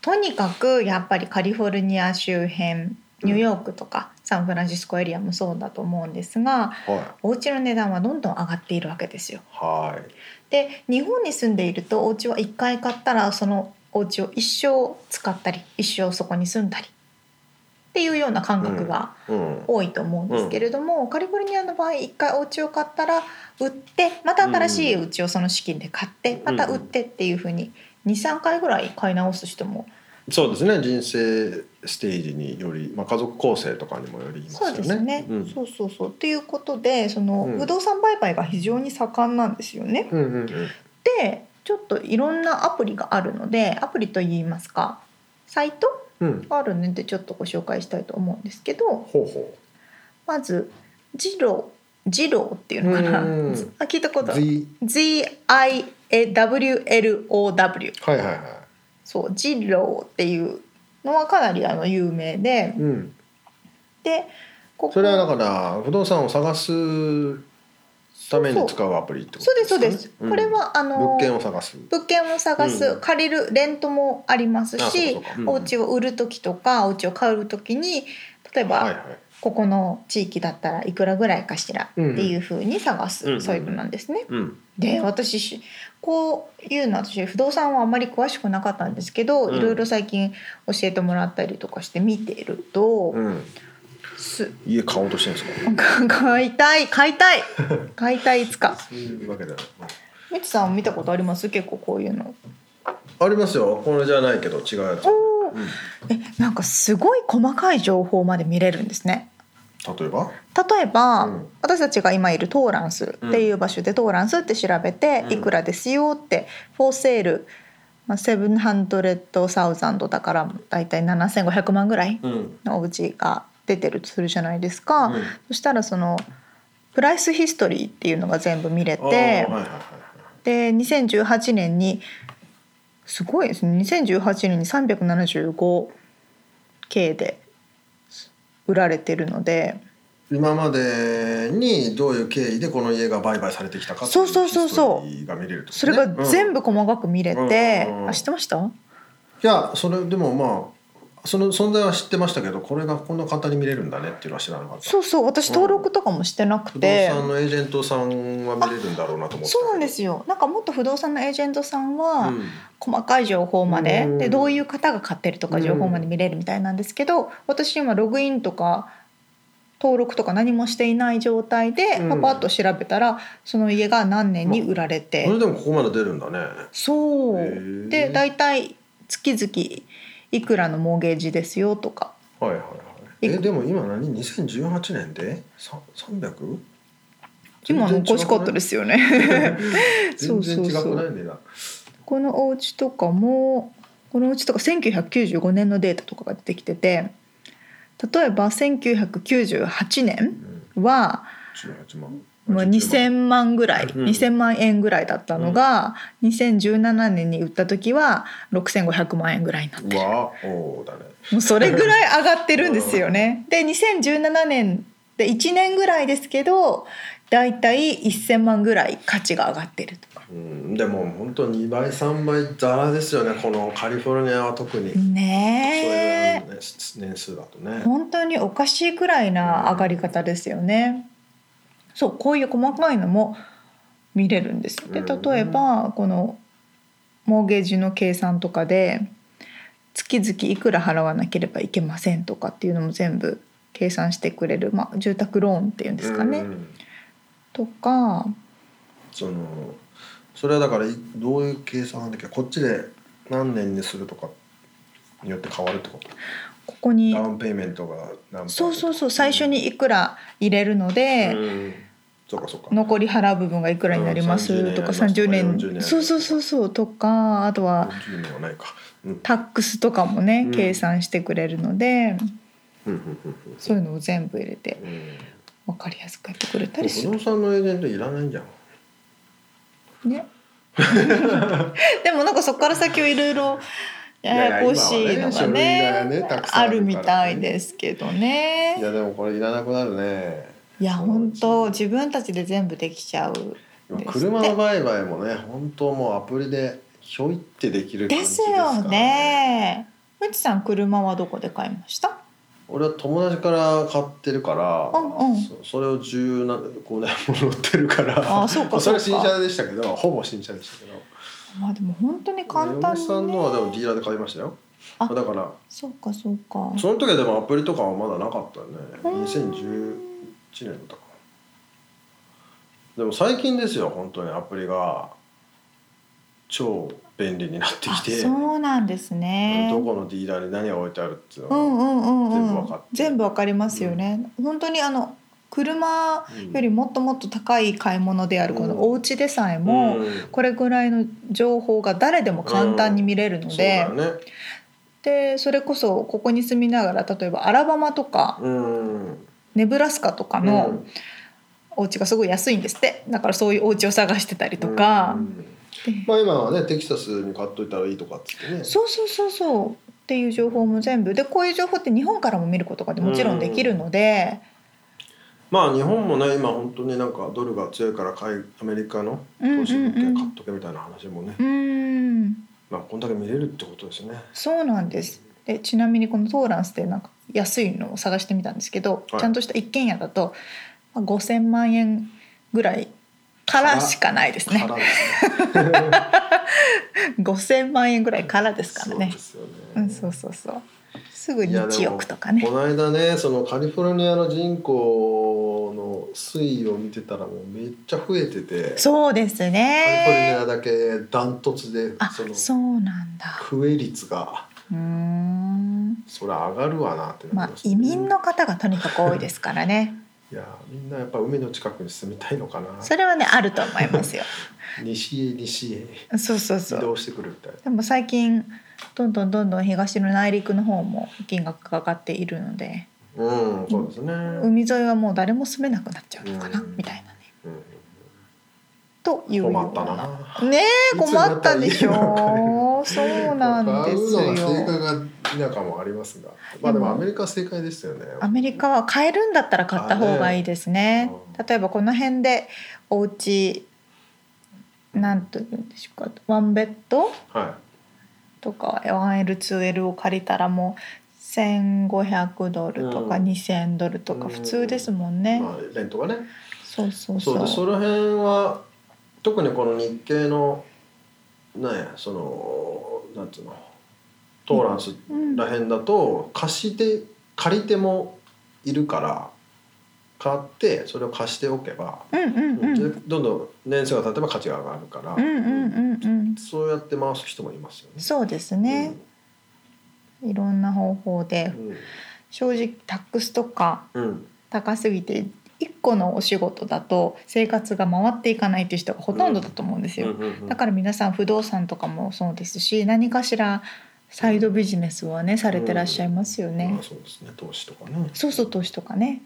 Speaker 1: とにかくやっぱりカリフォルニア周辺ニューヨークとかサンフランシスコエリアもそうだと思うんですが
Speaker 2: は
Speaker 1: お家の値段はどんどん上がっているわけですよ。
Speaker 2: い。はい。
Speaker 1: で日本に住んでいるとお家は1回買ったらそのお家を一生使ったり一生そこに住んだりっていうような感覚が
Speaker 2: うん。
Speaker 1: 多いと思うんですけれども、カリフォルニアの場合1回お家を買ったら売ってまた新しいお家をその資金で買ってまた売ってっていうふうに23回ぐらい買い直す人も
Speaker 2: そうですね。人生ステージにより、まあ家族構成とかにもよります
Speaker 1: そ
Speaker 2: よ
Speaker 1: う
Speaker 2: ね。
Speaker 1: ですね。
Speaker 2: うん。
Speaker 1: そうそうそうということでその
Speaker 2: うん
Speaker 1: 不動産売買が非常に盛んなんですよね。
Speaker 2: うんうんうん。
Speaker 1: でちょっといろんなアプリがあるのでアプリといいますかサイト
Speaker 2: うん。
Speaker 1: があるのでちょっとご紹介したいと思うんですけど
Speaker 2: ほうほ
Speaker 1: まずジロージローっていうのかな
Speaker 2: うん
Speaker 1: あ聞いたことあ
Speaker 2: う。
Speaker 1: る
Speaker 2: Z。
Speaker 1: ZIWLOW
Speaker 2: はいはいは
Speaker 1: そうジローっていうのはかなりあの有名で
Speaker 2: い。うん。
Speaker 1: でここ
Speaker 2: それはだから不動産を探すために使うアプリってこと
Speaker 1: そうですそう
Speaker 2: か
Speaker 1: で
Speaker 2: ね
Speaker 1: す、これはあ
Speaker 2: う
Speaker 1: の
Speaker 2: ん物件を探す。
Speaker 1: 物件を探す、
Speaker 2: うん
Speaker 1: 借りるレントもあります
Speaker 2: あそうか
Speaker 1: し、
Speaker 2: そうかうん
Speaker 1: お家を売る時とかお家を買う時に例えば、
Speaker 2: はいはい。
Speaker 1: ここの地域だったらいくらぐらいかしらっていうふうに探す、
Speaker 2: うんうん
Speaker 1: そういうのなんですね。
Speaker 2: うん。
Speaker 1: で私しこういうの私不動産はあんまり詳しくなかったんですけど、
Speaker 2: うん
Speaker 1: いろいろ最近教えてもらったりとかして見ていると、
Speaker 2: うん。
Speaker 1: す
Speaker 2: 家買おうとしてるんですか。
Speaker 1: 買いたい買いた い買いたいいつか。
Speaker 2: そういうわけだ。うん
Speaker 1: みつさん見たことあります結構こういうの。
Speaker 2: ありますよ。これじゃないけど違うやつ。
Speaker 1: おー
Speaker 2: うん
Speaker 1: えなんかすごい細かい情報まで見れるんですね。
Speaker 2: 例えば。
Speaker 1: 例えば、
Speaker 2: うん
Speaker 1: 私たちが今いるトーランスっていう場所でトーランスって調べて、
Speaker 2: うん
Speaker 1: いくらですよってフォーセール、まあ、700,000だからだいたい7500万ぐらい
Speaker 2: うん。
Speaker 1: のお家が出てるとするじゃないですか、
Speaker 2: うん
Speaker 1: そしたらそのプライスヒストリーっていうのが全部見れ
Speaker 2: あーはいはい
Speaker 1: て
Speaker 2: はいはい。
Speaker 1: で2018年にすごいですね2018年に 375K で売られてるので。
Speaker 2: 今までにどういう経緯でこの家が売買されてきたかってい
Speaker 1: そうそうそうそう
Speaker 2: ヒストリーが見れるってこと
Speaker 1: それが全
Speaker 2: ねうん
Speaker 1: 部細かく見れて、
Speaker 2: うんうんうん
Speaker 1: あ知ってました
Speaker 2: いやそれでもまあその存在は知ってましたけどこれがこんな簡単に見れるんだねっていうのは知らなかった
Speaker 1: そうそう私登録とかもしてなく
Speaker 2: 不動
Speaker 1: て、
Speaker 2: 産のエージェントさんは見れるんだろうなと思って
Speaker 1: そうなんですすよなんかもっと不動産のエージェントさんは
Speaker 2: うん
Speaker 1: 細かい情報まで,、
Speaker 2: うん
Speaker 1: でどういう方が買ってるとか情報まで見れるみたいなんですけど、私今ログインとか登録とか何もしていない状態で
Speaker 2: うん
Speaker 1: パパッと調べたらその家が何年に売られて、
Speaker 2: それでもここまで出るんだね
Speaker 1: そ
Speaker 2: へ
Speaker 1: う
Speaker 2: ー
Speaker 1: で大体月々いくらのモーゲージですよとか
Speaker 2: はいはいはいえでも今何2018年でさ 300?
Speaker 1: 今のおかしかったですすよね。
Speaker 2: 全然違くないねだ
Speaker 1: このお家とかもこのお家とか1995年のデータとかが出てきてて例えば1998年は
Speaker 2: 18万
Speaker 1: まあ2000万ぐらい
Speaker 2: うん
Speaker 1: 2000万円ぐらいだったのが2017年に売った時は6500万円ぐらいになってる
Speaker 2: わおーだね
Speaker 1: もうそれぐらい上がってるんですよね。で2017年で1年ぐらいですけどだいたい1000万ぐらい価値が上がってるとか。
Speaker 2: うんでも本当2倍3倍ザラですよねこのカリフォルニアは特に、そうい
Speaker 1: ねえ
Speaker 2: う。ね年数だとね
Speaker 1: 本当におかしいくらいな上がり方ですよね。そうこういう細かいのも見れるんです。で
Speaker 2: うん
Speaker 1: 例えばこのモーゲージの計算とかで月々いくら払わなければいけませんとかっていうのも全部計算してくれる、まあ、住宅ローンっていうんですかね、
Speaker 2: うん
Speaker 1: とか
Speaker 2: そのそれはだからいどういう計算なんだっけこっちで何年にするとかによって変わるってこと
Speaker 1: ここに
Speaker 2: ダウンペイメントが何
Speaker 1: そうそうそうう最初にいくら入れるので。
Speaker 2: うんそうかそうか
Speaker 1: 残り払う部分がいくらになりますとか30
Speaker 2: 30
Speaker 1: 年
Speaker 2: 年40年
Speaker 1: そうそうそうそうとかあとは
Speaker 2: 40年はないかうん
Speaker 1: タックスとかもね
Speaker 2: うん
Speaker 1: 計算してくれるので、
Speaker 2: ううんうんうん
Speaker 1: そういうのを全部入れて
Speaker 2: うんうん
Speaker 1: 分かりやすくやってくれた
Speaker 2: 不
Speaker 1: りする
Speaker 2: 動産のエージェントいらないじゃん
Speaker 1: ね でもなんかそこから先をいろいろややこしいのが
Speaker 2: いやいや今は
Speaker 1: ね
Speaker 2: ね書類がねたくさん
Speaker 1: あ
Speaker 2: あ
Speaker 1: る
Speaker 2: る
Speaker 1: み
Speaker 2: からね
Speaker 1: たいですけど
Speaker 2: い
Speaker 1: ね
Speaker 2: やでもこれいらなくなるね
Speaker 1: いや本当自分たちで全部できちゃう
Speaker 2: 今
Speaker 1: ですね
Speaker 2: 車の売買もね本当もうアプリでひょいってできる感
Speaker 1: で
Speaker 2: じで
Speaker 1: す
Speaker 2: すから
Speaker 1: よねむちさん車はどこで買いま した
Speaker 2: 俺は友達から買ってるから、
Speaker 1: うんうん
Speaker 2: そそれを十五年も乗ってるから
Speaker 1: あそうか
Speaker 2: まそれは
Speaker 1: そう
Speaker 2: 新
Speaker 1: か
Speaker 2: 車でしたけどほぼ新車でしたけど
Speaker 1: まあでも本当に簡単
Speaker 2: 嫁さ
Speaker 1: に
Speaker 2: ん
Speaker 1: ね
Speaker 2: のはでもディーラーで買いましたよ
Speaker 1: あ
Speaker 2: だから
Speaker 1: そうかそうか
Speaker 2: その時はでもアプリとかはまだなかったよね
Speaker 1: うん
Speaker 2: 2011年だったかなでも最近ですよ本当にアプリが超便利になってき
Speaker 1: あ
Speaker 2: て
Speaker 1: そうなんですね
Speaker 2: どこのディーラーに何が置いてあるっていう
Speaker 1: う
Speaker 2: の
Speaker 1: ん
Speaker 2: が
Speaker 1: うんうんうん
Speaker 2: 全部わかって
Speaker 1: 全部わかりますよね、本当にあの車
Speaker 2: うん
Speaker 1: よりもっともっと高い買い物であるこ
Speaker 2: うん
Speaker 1: のお家でさえも、
Speaker 2: うん
Speaker 1: これぐらいの情報が誰でも簡単に見れるの
Speaker 2: そう
Speaker 1: で
Speaker 2: だ、よね
Speaker 1: でそれこそここに住みながら例えばアラバマとか
Speaker 2: うん
Speaker 1: ネブラスカとかのお家がすごい安いんですってだからそういうお家を探してたりとか
Speaker 2: う、ん
Speaker 1: で
Speaker 2: まあ今はねテキサスに買っといたらいいとかっつってね
Speaker 1: そうそうそうそうっていう情報も全部でこういう情報って日本からも見ることがもちろんできるので、
Speaker 2: まあ日本もね今本当になんかドルが強いから買いアメリカの
Speaker 1: うんうん
Speaker 2: 投資物件
Speaker 1: う
Speaker 2: 買っ
Speaker 1: ん
Speaker 2: とけみたいな話もね、
Speaker 1: うん
Speaker 2: まあこんだけ見れるってことですね
Speaker 1: そうなんです。でちなみにこのトーランスでなんか安いのを探してみたんですけど、
Speaker 2: はい
Speaker 1: ちゃんとした一軒家だとまあ5,000万円ぐらいからしかないですね
Speaker 2: からですね
Speaker 1: 5,000万円ぐらいからですからね
Speaker 2: そうですよね、
Speaker 1: うん、そうそうそうすぐ
Speaker 2: いやでも
Speaker 1: 日億とかね
Speaker 2: この間ねそのカリフォルニアの人口の推移を見てたらもうめっちゃ増えてて
Speaker 1: そうです
Speaker 2: カリフォルニ
Speaker 1: ね
Speaker 2: アだけダントツで
Speaker 1: あ
Speaker 2: その
Speaker 1: そうなんだ
Speaker 2: クエ率が
Speaker 1: うーん
Speaker 2: それ上がるわなってな
Speaker 1: まあ
Speaker 2: りますね
Speaker 1: 移民の方がとにかく多いですからね
Speaker 2: いやみんなやっぱ海の近くに住みたいのかな
Speaker 1: それはねあると思います よ
Speaker 2: 西へ西へ
Speaker 1: そうそう
Speaker 2: 移
Speaker 1: そう
Speaker 2: 動してくるみたいな
Speaker 1: でも最近どんどんどんどん東の内陸の方も金額が上がっているので
Speaker 2: うんそうですね、うん
Speaker 1: 海沿いはもう誰も住めなくなっちゃうのかな
Speaker 2: うん
Speaker 1: みたいなね。というような
Speaker 2: 困ったな
Speaker 1: ねえ
Speaker 2: いつにな
Speaker 1: 困っ
Speaker 2: った
Speaker 1: た
Speaker 2: ら
Speaker 1: でし
Speaker 2: いいのか
Speaker 1: ょう。そうなんで
Speaker 2: 買う
Speaker 1: す
Speaker 2: のが正解
Speaker 1: よ。
Speaker 2: が田舎もありますがまあでもアメリカは正解ですよね
Speaker 1: アメリカは買えるんだったら買った方がいいですね
Speaker 2: あね。うん
Speaker 1: 例えばこの辺でお家なんというんでしょうかワンベッド
Speaker 2: は
Speaker 1: とか 1L2L を借りたらもう1500ドルとか
Speaker 2: うん
Speaker 1: 2000ドルとか普通ですもん
Speaker 2: い、
Speaker 1: ね。
Speaker 2: まあ、レントがね
Speaker 1: そうそう
Speaker 2: そ
Speaker 1: そ
Speaker 2: うで
Speaker 1: う。
Speaker 2: その辺は特にこの日系のねそのなんつうのトーランス
Speaker 1: うん
Speaker 2: らへんだと貸して借りてもいるから買ってそれを貸しておけば、
Speaker 1: うんうんうん。
Speaker 2: でどんどん年数が経てば価値が上がるから、
Speaker 1: うんうんうんうん。
Speaker 2: そうやって回す人もいますよね。
Speaker 1: そうですね。いろんな方法で
Speaker 2: うん
Speaker 1: 正直タックスとか
Speaker 2: うん
Speaker 1: 高すぎて一個のお仕事だと生活が回っていかないという人がほとんどだと思うんです
Speaker 2: うん
Speaker 1: よ。
Speaker 2: うんうん
Speaker 1: だから皆さん不動産とかもそうですし何かしらサイドビジネスはねされてらっしゃいますよね
Speaker 2: まあ、。そうですね投資とかね
Speaker 1: そうそう投資とかね。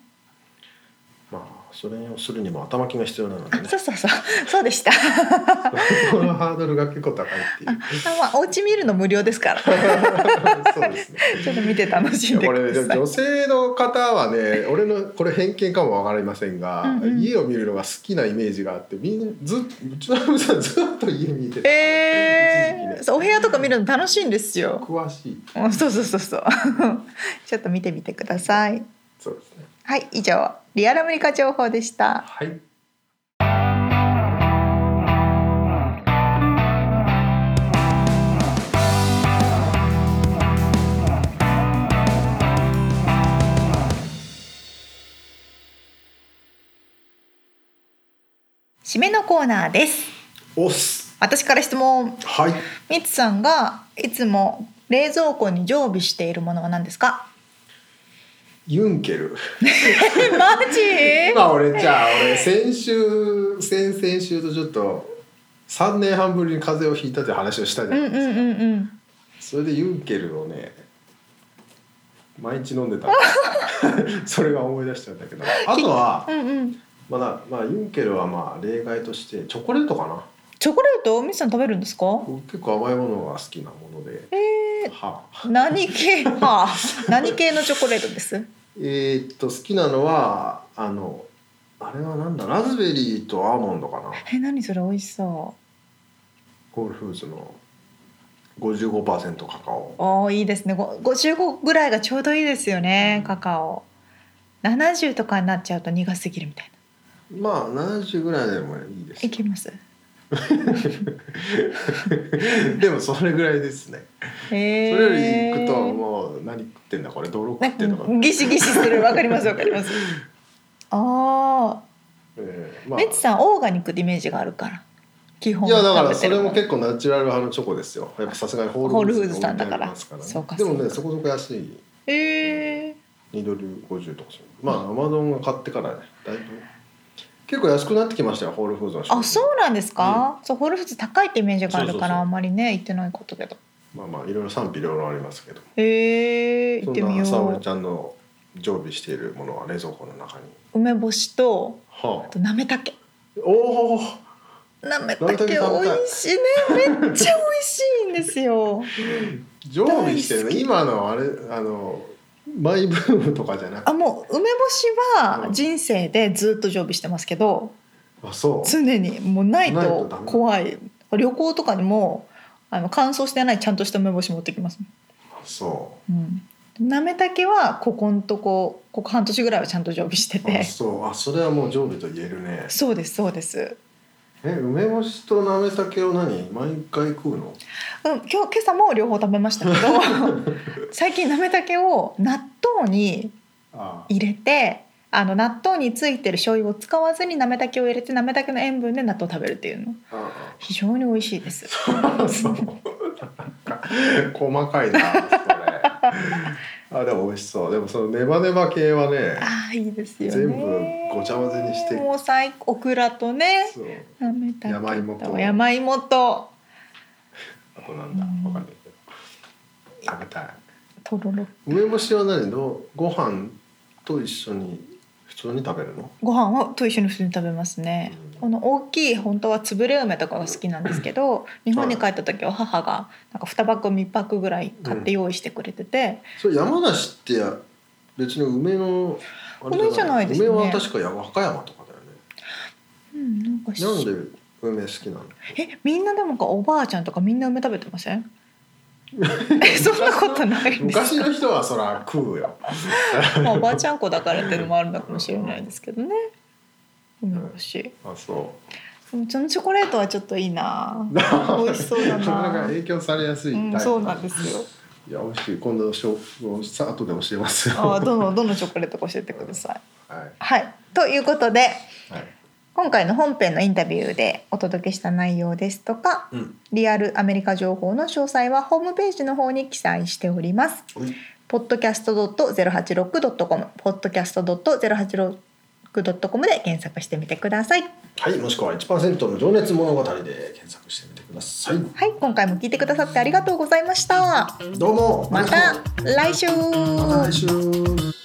Speaker 2: まあそれをするにも頭金が必要なので
Speaker 1: あ
Speaker 2: ね
Speaker 1: そうそうそうそうでした。
Speaker 2: このハードルが結構高いっていう
Speaker 1: あまあお家見るの無料ですから。ち
Speaker 2: そうですね。
Speaker 1: ょっと見て楽しんで
Speaker 2: これ
Speaker 1: ください。
Speaker 2: 女性の方は ね俺のこれ偏見かもわかりませんが、
Speaker 1: うんうん
Speaker 2: 家を見るのが好きなイメージがあってみんなずっうちの嫁さんずっと家見てて一
Speaker 1: え
Speaker 2: 時
Speaker 1: ー、
Speaker 2: 期ね
Speaker 1: そうお部屋とか見るの楽しいんですよ。
Speaker 2: 詳しい
Speaker 1: うんそうそうそうそう。 ちょっと見てみてください。
Speaker 2: そうですね
Speaker 1: はい、以上リアルアメリカ情報でした。
Speaker 2: はい
Speaker 1: 締めのコーナーです。
Speaker 2: おっす
Speaker 1: 私から質問。
Speaker 2: はい
Speaker 1: みつさんがいつも冷蔵庫に常備しているものは何ですか？
Speaker 2: ユンケル
Speaker 1: え、 マジ？
Speaker 2: 今俺じゃあ俺先週先々週とちょっと3年半ぶりに風邪をひいたという話をしたじゃ
Speaker 1: う
Speaker 2: なんいで
Speaker 1: う
Speaker 2: す
Speaker 1: ん
Speaker 2: か、
Speaker 1: うんうん。
Speaker 2: それでユンケルをね毎日飲んで た それが思い出しちゃったけどあとは
Speaker 1: うんうん。
Speaker 2: まだ、まあ、ユンケルはまあ例外としてチョコレートかな
Speaker 1: チョコレート、みつさん食べるんですか。
Speaker 2: 僕結構甘いものが好きなもので、
Speaker 1: え
Speaker 2: は
Speaker 1: ー、何 系、はあ、何系のチョコレートです。
Speaker 2: えーっと好きなのはあのあれはなんだラズベリーとアーモンドかな
Speaker 1: え、何それ、美味しそ
Speaker 2: ホールフーズの55%カカオ
Speaker 1: う。おお、いいですね。ご、五十五ぐらいがちょうどいいですよね。カカオ。七十とかになっちゃうと苦すぎるみたいな。
Speaker 2: まあ70ぐらいでもいいです
Speaker 1: いきます。
Speaker 2: でもそれぐらいですね
Speaker 1: え
Speaker 2: そ
Speaker 1: え
Speaker 2: れよりいくともう何食ってんだこれ泥食
Speaker 1: な
Speaker 2: っ
Speaker 1: ん
Speaker 2: てんのか
Speaker 1: か、ギシギシする、わかります、わかり ます。ああ。
Speaker 2: ええまあ
Speaker 1: レッツさんオーガニックってイメージがあるから基本
Speaker 2: いやだから
Speaker 1: 食べ
Speaker 2: そ
Speaker 1: て
Speaker 2: れ
Speaker 1: る
Speaker 2: も
Speaker 1: ん
Speaker 2: 結構ナチュラル派のチョコですよやっぱさすがにホ
Speaker 1: ホー
Speaker 2: ー
Speaker 1: ル
Speaker 2: ル
Speaker 1: フ
Speaker 2: フ
Speaker 1: ー
Speaker 2: ー
Speaker 1: ズ
Speaker 2: ズ
Speaker 1: さんだから
Speaker 2: に置いてありますからね
Speaker 1: そうか
Speaker 2: でも
Speaker 1: そう
Speaker 2: ね
Speaker 1: か
Speaker 2: そこそこ安い
Speaker 1: えー、
Speaker 2: 2ドル50とかするまあアマゾンが買ってからねだいぶ結構安くなってきましたよホールフーズの商品
Speaker 1: あそうなんですか、そうホールフーズ高いってイメージがある
Speaker 2: そう
Speaker 1: か
Speaker 2: そうそ
Speaker 1: ら
Speaker 2: う
Speaker 1: あんまりね行ってないことけど
Speaker 2: まあまあいろいろ賛否両論ありますけど
Speaker 1: えー、行っ
Speaker 2: そん
Speaker 1: てみ
Speaker 2: な
Speaker 1: よ
Speaker 2: 浅尾
Speaker 1: う
Speaker 2: ちゃんの常備しているものは冷蔵庫の中に
Speaker 1: 梅干しと
Speaker 2: は
Speaker 1: あ
Speaker 2: あ
Speaker 1: となめたけ
Speaker 2: おお
Speaker 1: なめた
Speaker 2: なめた
Speaker 1: け
Speaker 2: け
Speaker 1: 美
Speaker 2: 食べたい
Speaker 1: 味 しいねめっちゃ美味しいんですよ
Speaker 2: 常備してる
Speaker 1: 大好
Speaker 2: ね
Speaker 1: き
Speaker 2: 今のあれあのマイブームとかじゃなくて
Speaker 1: あもう梅干しは人生でずっと常備してますけど
Speaker 2: あそう
Speaker 1: 常にもうない
Speaker 2: ないと
Speaker 1: と
Speaker 2: ダメ
Speaker 1: 怖い旅行とかにもあの乾燥してないちゃんとした梅干し持ってきます
Speaker 2: そ
Speaker 1: うん、なめたけはここんとこここ半年ぐらいはちゃんと常備して
Speaker 2: うあ
Speaker 1: て
Speaker 2: そうあそれはもう常備と言えるね
Speaker 1: そうですそうです、
Speaker 2: え梅干しとなめたけを何毎回食うの
Speaker 1: うん、今日今朝も両方食べま したけど最近なめたけを納豆に
Speaker 2: あ
Speaker 1: 入れてあの納豆についてる醤油を使わずになめたけを入れてなめたけの塩分で納豆を食べるっていうの
Speaker 2: あ
Speaker 1: 非常に美味しいです
Speaker 2: あ そうなんか細かいなそれあでも美味しそうでもそのネバネバ系はね
Speaker 1: ああいいですよね
Speaker 2: 全部ごちゃ混ぜにして
Speaker 1: もう最高オクラとね
Speaker 2: そう
Speaker 1: なめたけ
Speaker 2: 山芋と
Speaker 1: 山芋と
Speaker 2: あとなんだ
Speaker 1: うん
Speaker 2: わかんないけど食べたい
Speaker 1: とろろ
Speaker 2: 梅干しは何どうご飯と一緒に普通に食べるの
Speaker 1: ご飯はと一緒に普通に食べますね。
Speaker 2: うん
Speaker 1: この大きい本当はつぶれ梅とかが好きなんですけど、日本に帰った時は母がなんか二パック三パックぐらい買って用意してくれてて、
Speaker 2: それ山梨ってや別に梅のあれ
Speaker 1: 梅じゃないですね
Speaker 2: 梅は確かや和歌山とかだよね
Speaker 1: うん、なんかし
Speaker 2: なんで梅好きなの
Speaker 1: えみんなでもかおばあちゃんとかみんな梅食べてません？えそんなことないんです
Speaker 2: 昔の人はそら食うよ
Speaker 1: まあおばあちゃん子だからっていうのもあるのかもしれないですけどね。梅干し。
Speaker 2: あそ
Speaker 1: でもそのチョコレートはちょっといいな。
Speaker 2: う
Speaker 1: 美味しそうだ
Speaker 2: なかなか
Speaker 1: な。
Speaker 2: 影響されやすいタ
Speaker 1: う
Speaker 2: イプ、
Speaker 1: ん、そうなんですよ。
Speaker 2: いや美味しい今度しょさ後で教えますよ
Speaker 1: あー
Speaker 2: は
Speaker 1: どのどのチョコレートか教えてください。
Speaker 2: い、はい
Speaker 1: はい、ということで今回の本編のインタビューでお届けした内容ですとか
Speaker 2: うん
Speaker 1: リアルアメリカ情報の詳細はホームページの方に記載しております。
Speaker 2: はい、
Speaker 1: podcast.086.com podcast.086.com で検索してみてください。
Speaker 2: はい、もしくは1%の情熱物語で検索してみてください
Speaker 1: はい、今回も聞いてくださってありがとうございました。
Speaker 2: どうも
Speaker 1: また来週
Speaker 2: また来週